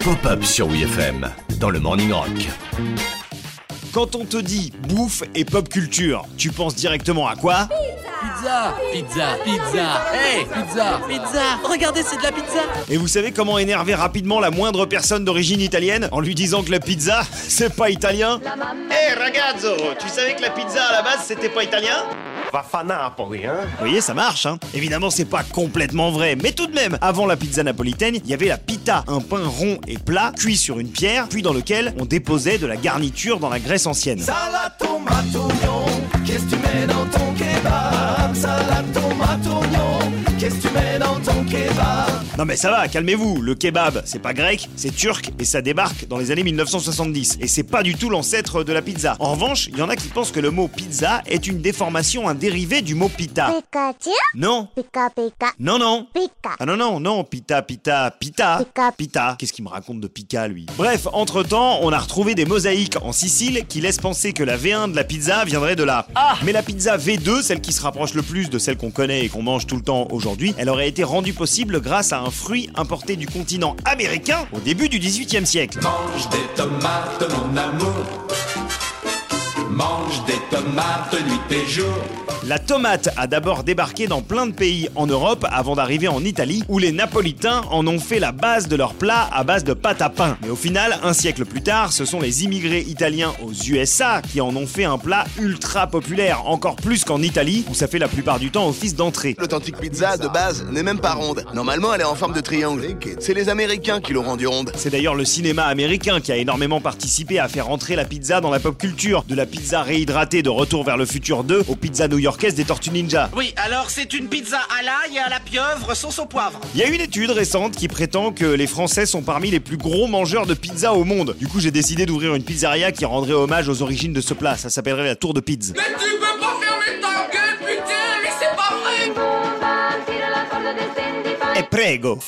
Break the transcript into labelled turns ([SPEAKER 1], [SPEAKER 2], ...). [SPEAKER 1] Pop-up sur WFM dans le Morning Rock.
[SPEAKER 2] Quand on te dit bouffe et pop culture, tu penses directement à quoi
[SPEAKER 3] Pizza, pizza, pizza. Hey, pizza, pizza. Regardez, c'est de la pizza.
[SPEAKER 2] Et vous savez comment énerver rapidement la moindre personne d'origine italienne en lui disant que la pizza, c'est pas italien Eh ragazzo, tu savais que la pizza à la base, c'était pas italien
[SPEAKER 4] Va fa Napoli, hein
[SPEAKER 2] Vous voyez, ça marche, hein Évidemment, c'est pas complètement vrai, mais tout de même, avant la pizza napolitaine, il y avait la pita, un pain rond et plat, cuit sur une pierre, puis dans lequel on déposait de la garniture dans la Grèce ancienne.
[SPEAKER 5] Salade tomate oignon, qu'est-ce que tu mets dans ton kebab Salade tomate oignon, qu'est-ce que tu mets dans ton kebab
[SPEAKER 2] Non mais ça va, calmez-vous, le kebab, c'est pas grec, c'est turc, et ça débarque dans les années 1970. Et c'est pas du tout l'ancêtre de la pizza. En revanche, il y en a qui pensent que le mot pizza est une déformation, un dérivé du mot pita.
[SPEAKER 6] Pikachu
[SPEAKER 2] Non,
[SPEAKER 6] Pika Pika
[SPEAKER 2] non, non.
[SPEAKER 6] Pika
[SPEAKER 2] Ah non, non, non, pita, pita, pita.
[SPEAKER 6] Pika.
[SPEAKER 2] Pita. Qu'est-ce qu'il me raconte de Pika, lui Bref, entre-temps, on a retrouvé des mosaïques en Sicile qui laissent penser que la V1 de la pizza viendrait de là. Mais la pizza V2, celle qui se rapproche le plus de celle qu'on connaît et qu'on mange tout le temps aujourd'hui, elle aurait été rendue possible grâce à un fruit importé du continent américain au début du 18e siècle.
[SPEAKER 5] Mange des tomates, mon amour. Mange des tomates nuit et jour.
[SPEAKER 2] La tomate a d'abord débarqué dans plein de pays en Europe avant d'arriver en Italie où les Napolitains en ont fait la base de leur plat à base de pâte à pain. Mais au final, un siècle plus tard, ce sont les immigrés italiens aux USA qui en ont fait un plat ultra populaire, encore plus qu'en Italie où ça fait la plupart du temps office d'entrée.
[SPEAKER 7] L'authentique pizza de base n'est même pas ronde. Normalement, elle est en forme de triangle. C'est les Américains qui l'ont rendue ronde.
[SPEAKER 2] C'est d'ailleurs le cinéma américain qui a énormément participé à faire entrer la pizza dans la pop culture, de la pizza réhydratée de Retour vers le futur 2 aux pizzas new-yorkaises des Tortues Ninja.
[SPEAKER 3] Oui, alors c'est une pizza à l'ail et à la pieuvre, sauce au poivre.
[SPEAKER 2] Il y a une étude récente qui prétend que les Français sont parmi les plus gros mangeurs de pizza au monde. Du coup, j'ai décidé d'ouvrir une pizzeria qui rendrait hommage aux origines de ce plat. Ça s'appellerait la Tour de Pizza.
[SPEAKER 8] Mais tu peux pas fermer ta gueule, putain, mais c'est pas vrai
[SPEAKER 2] Et prego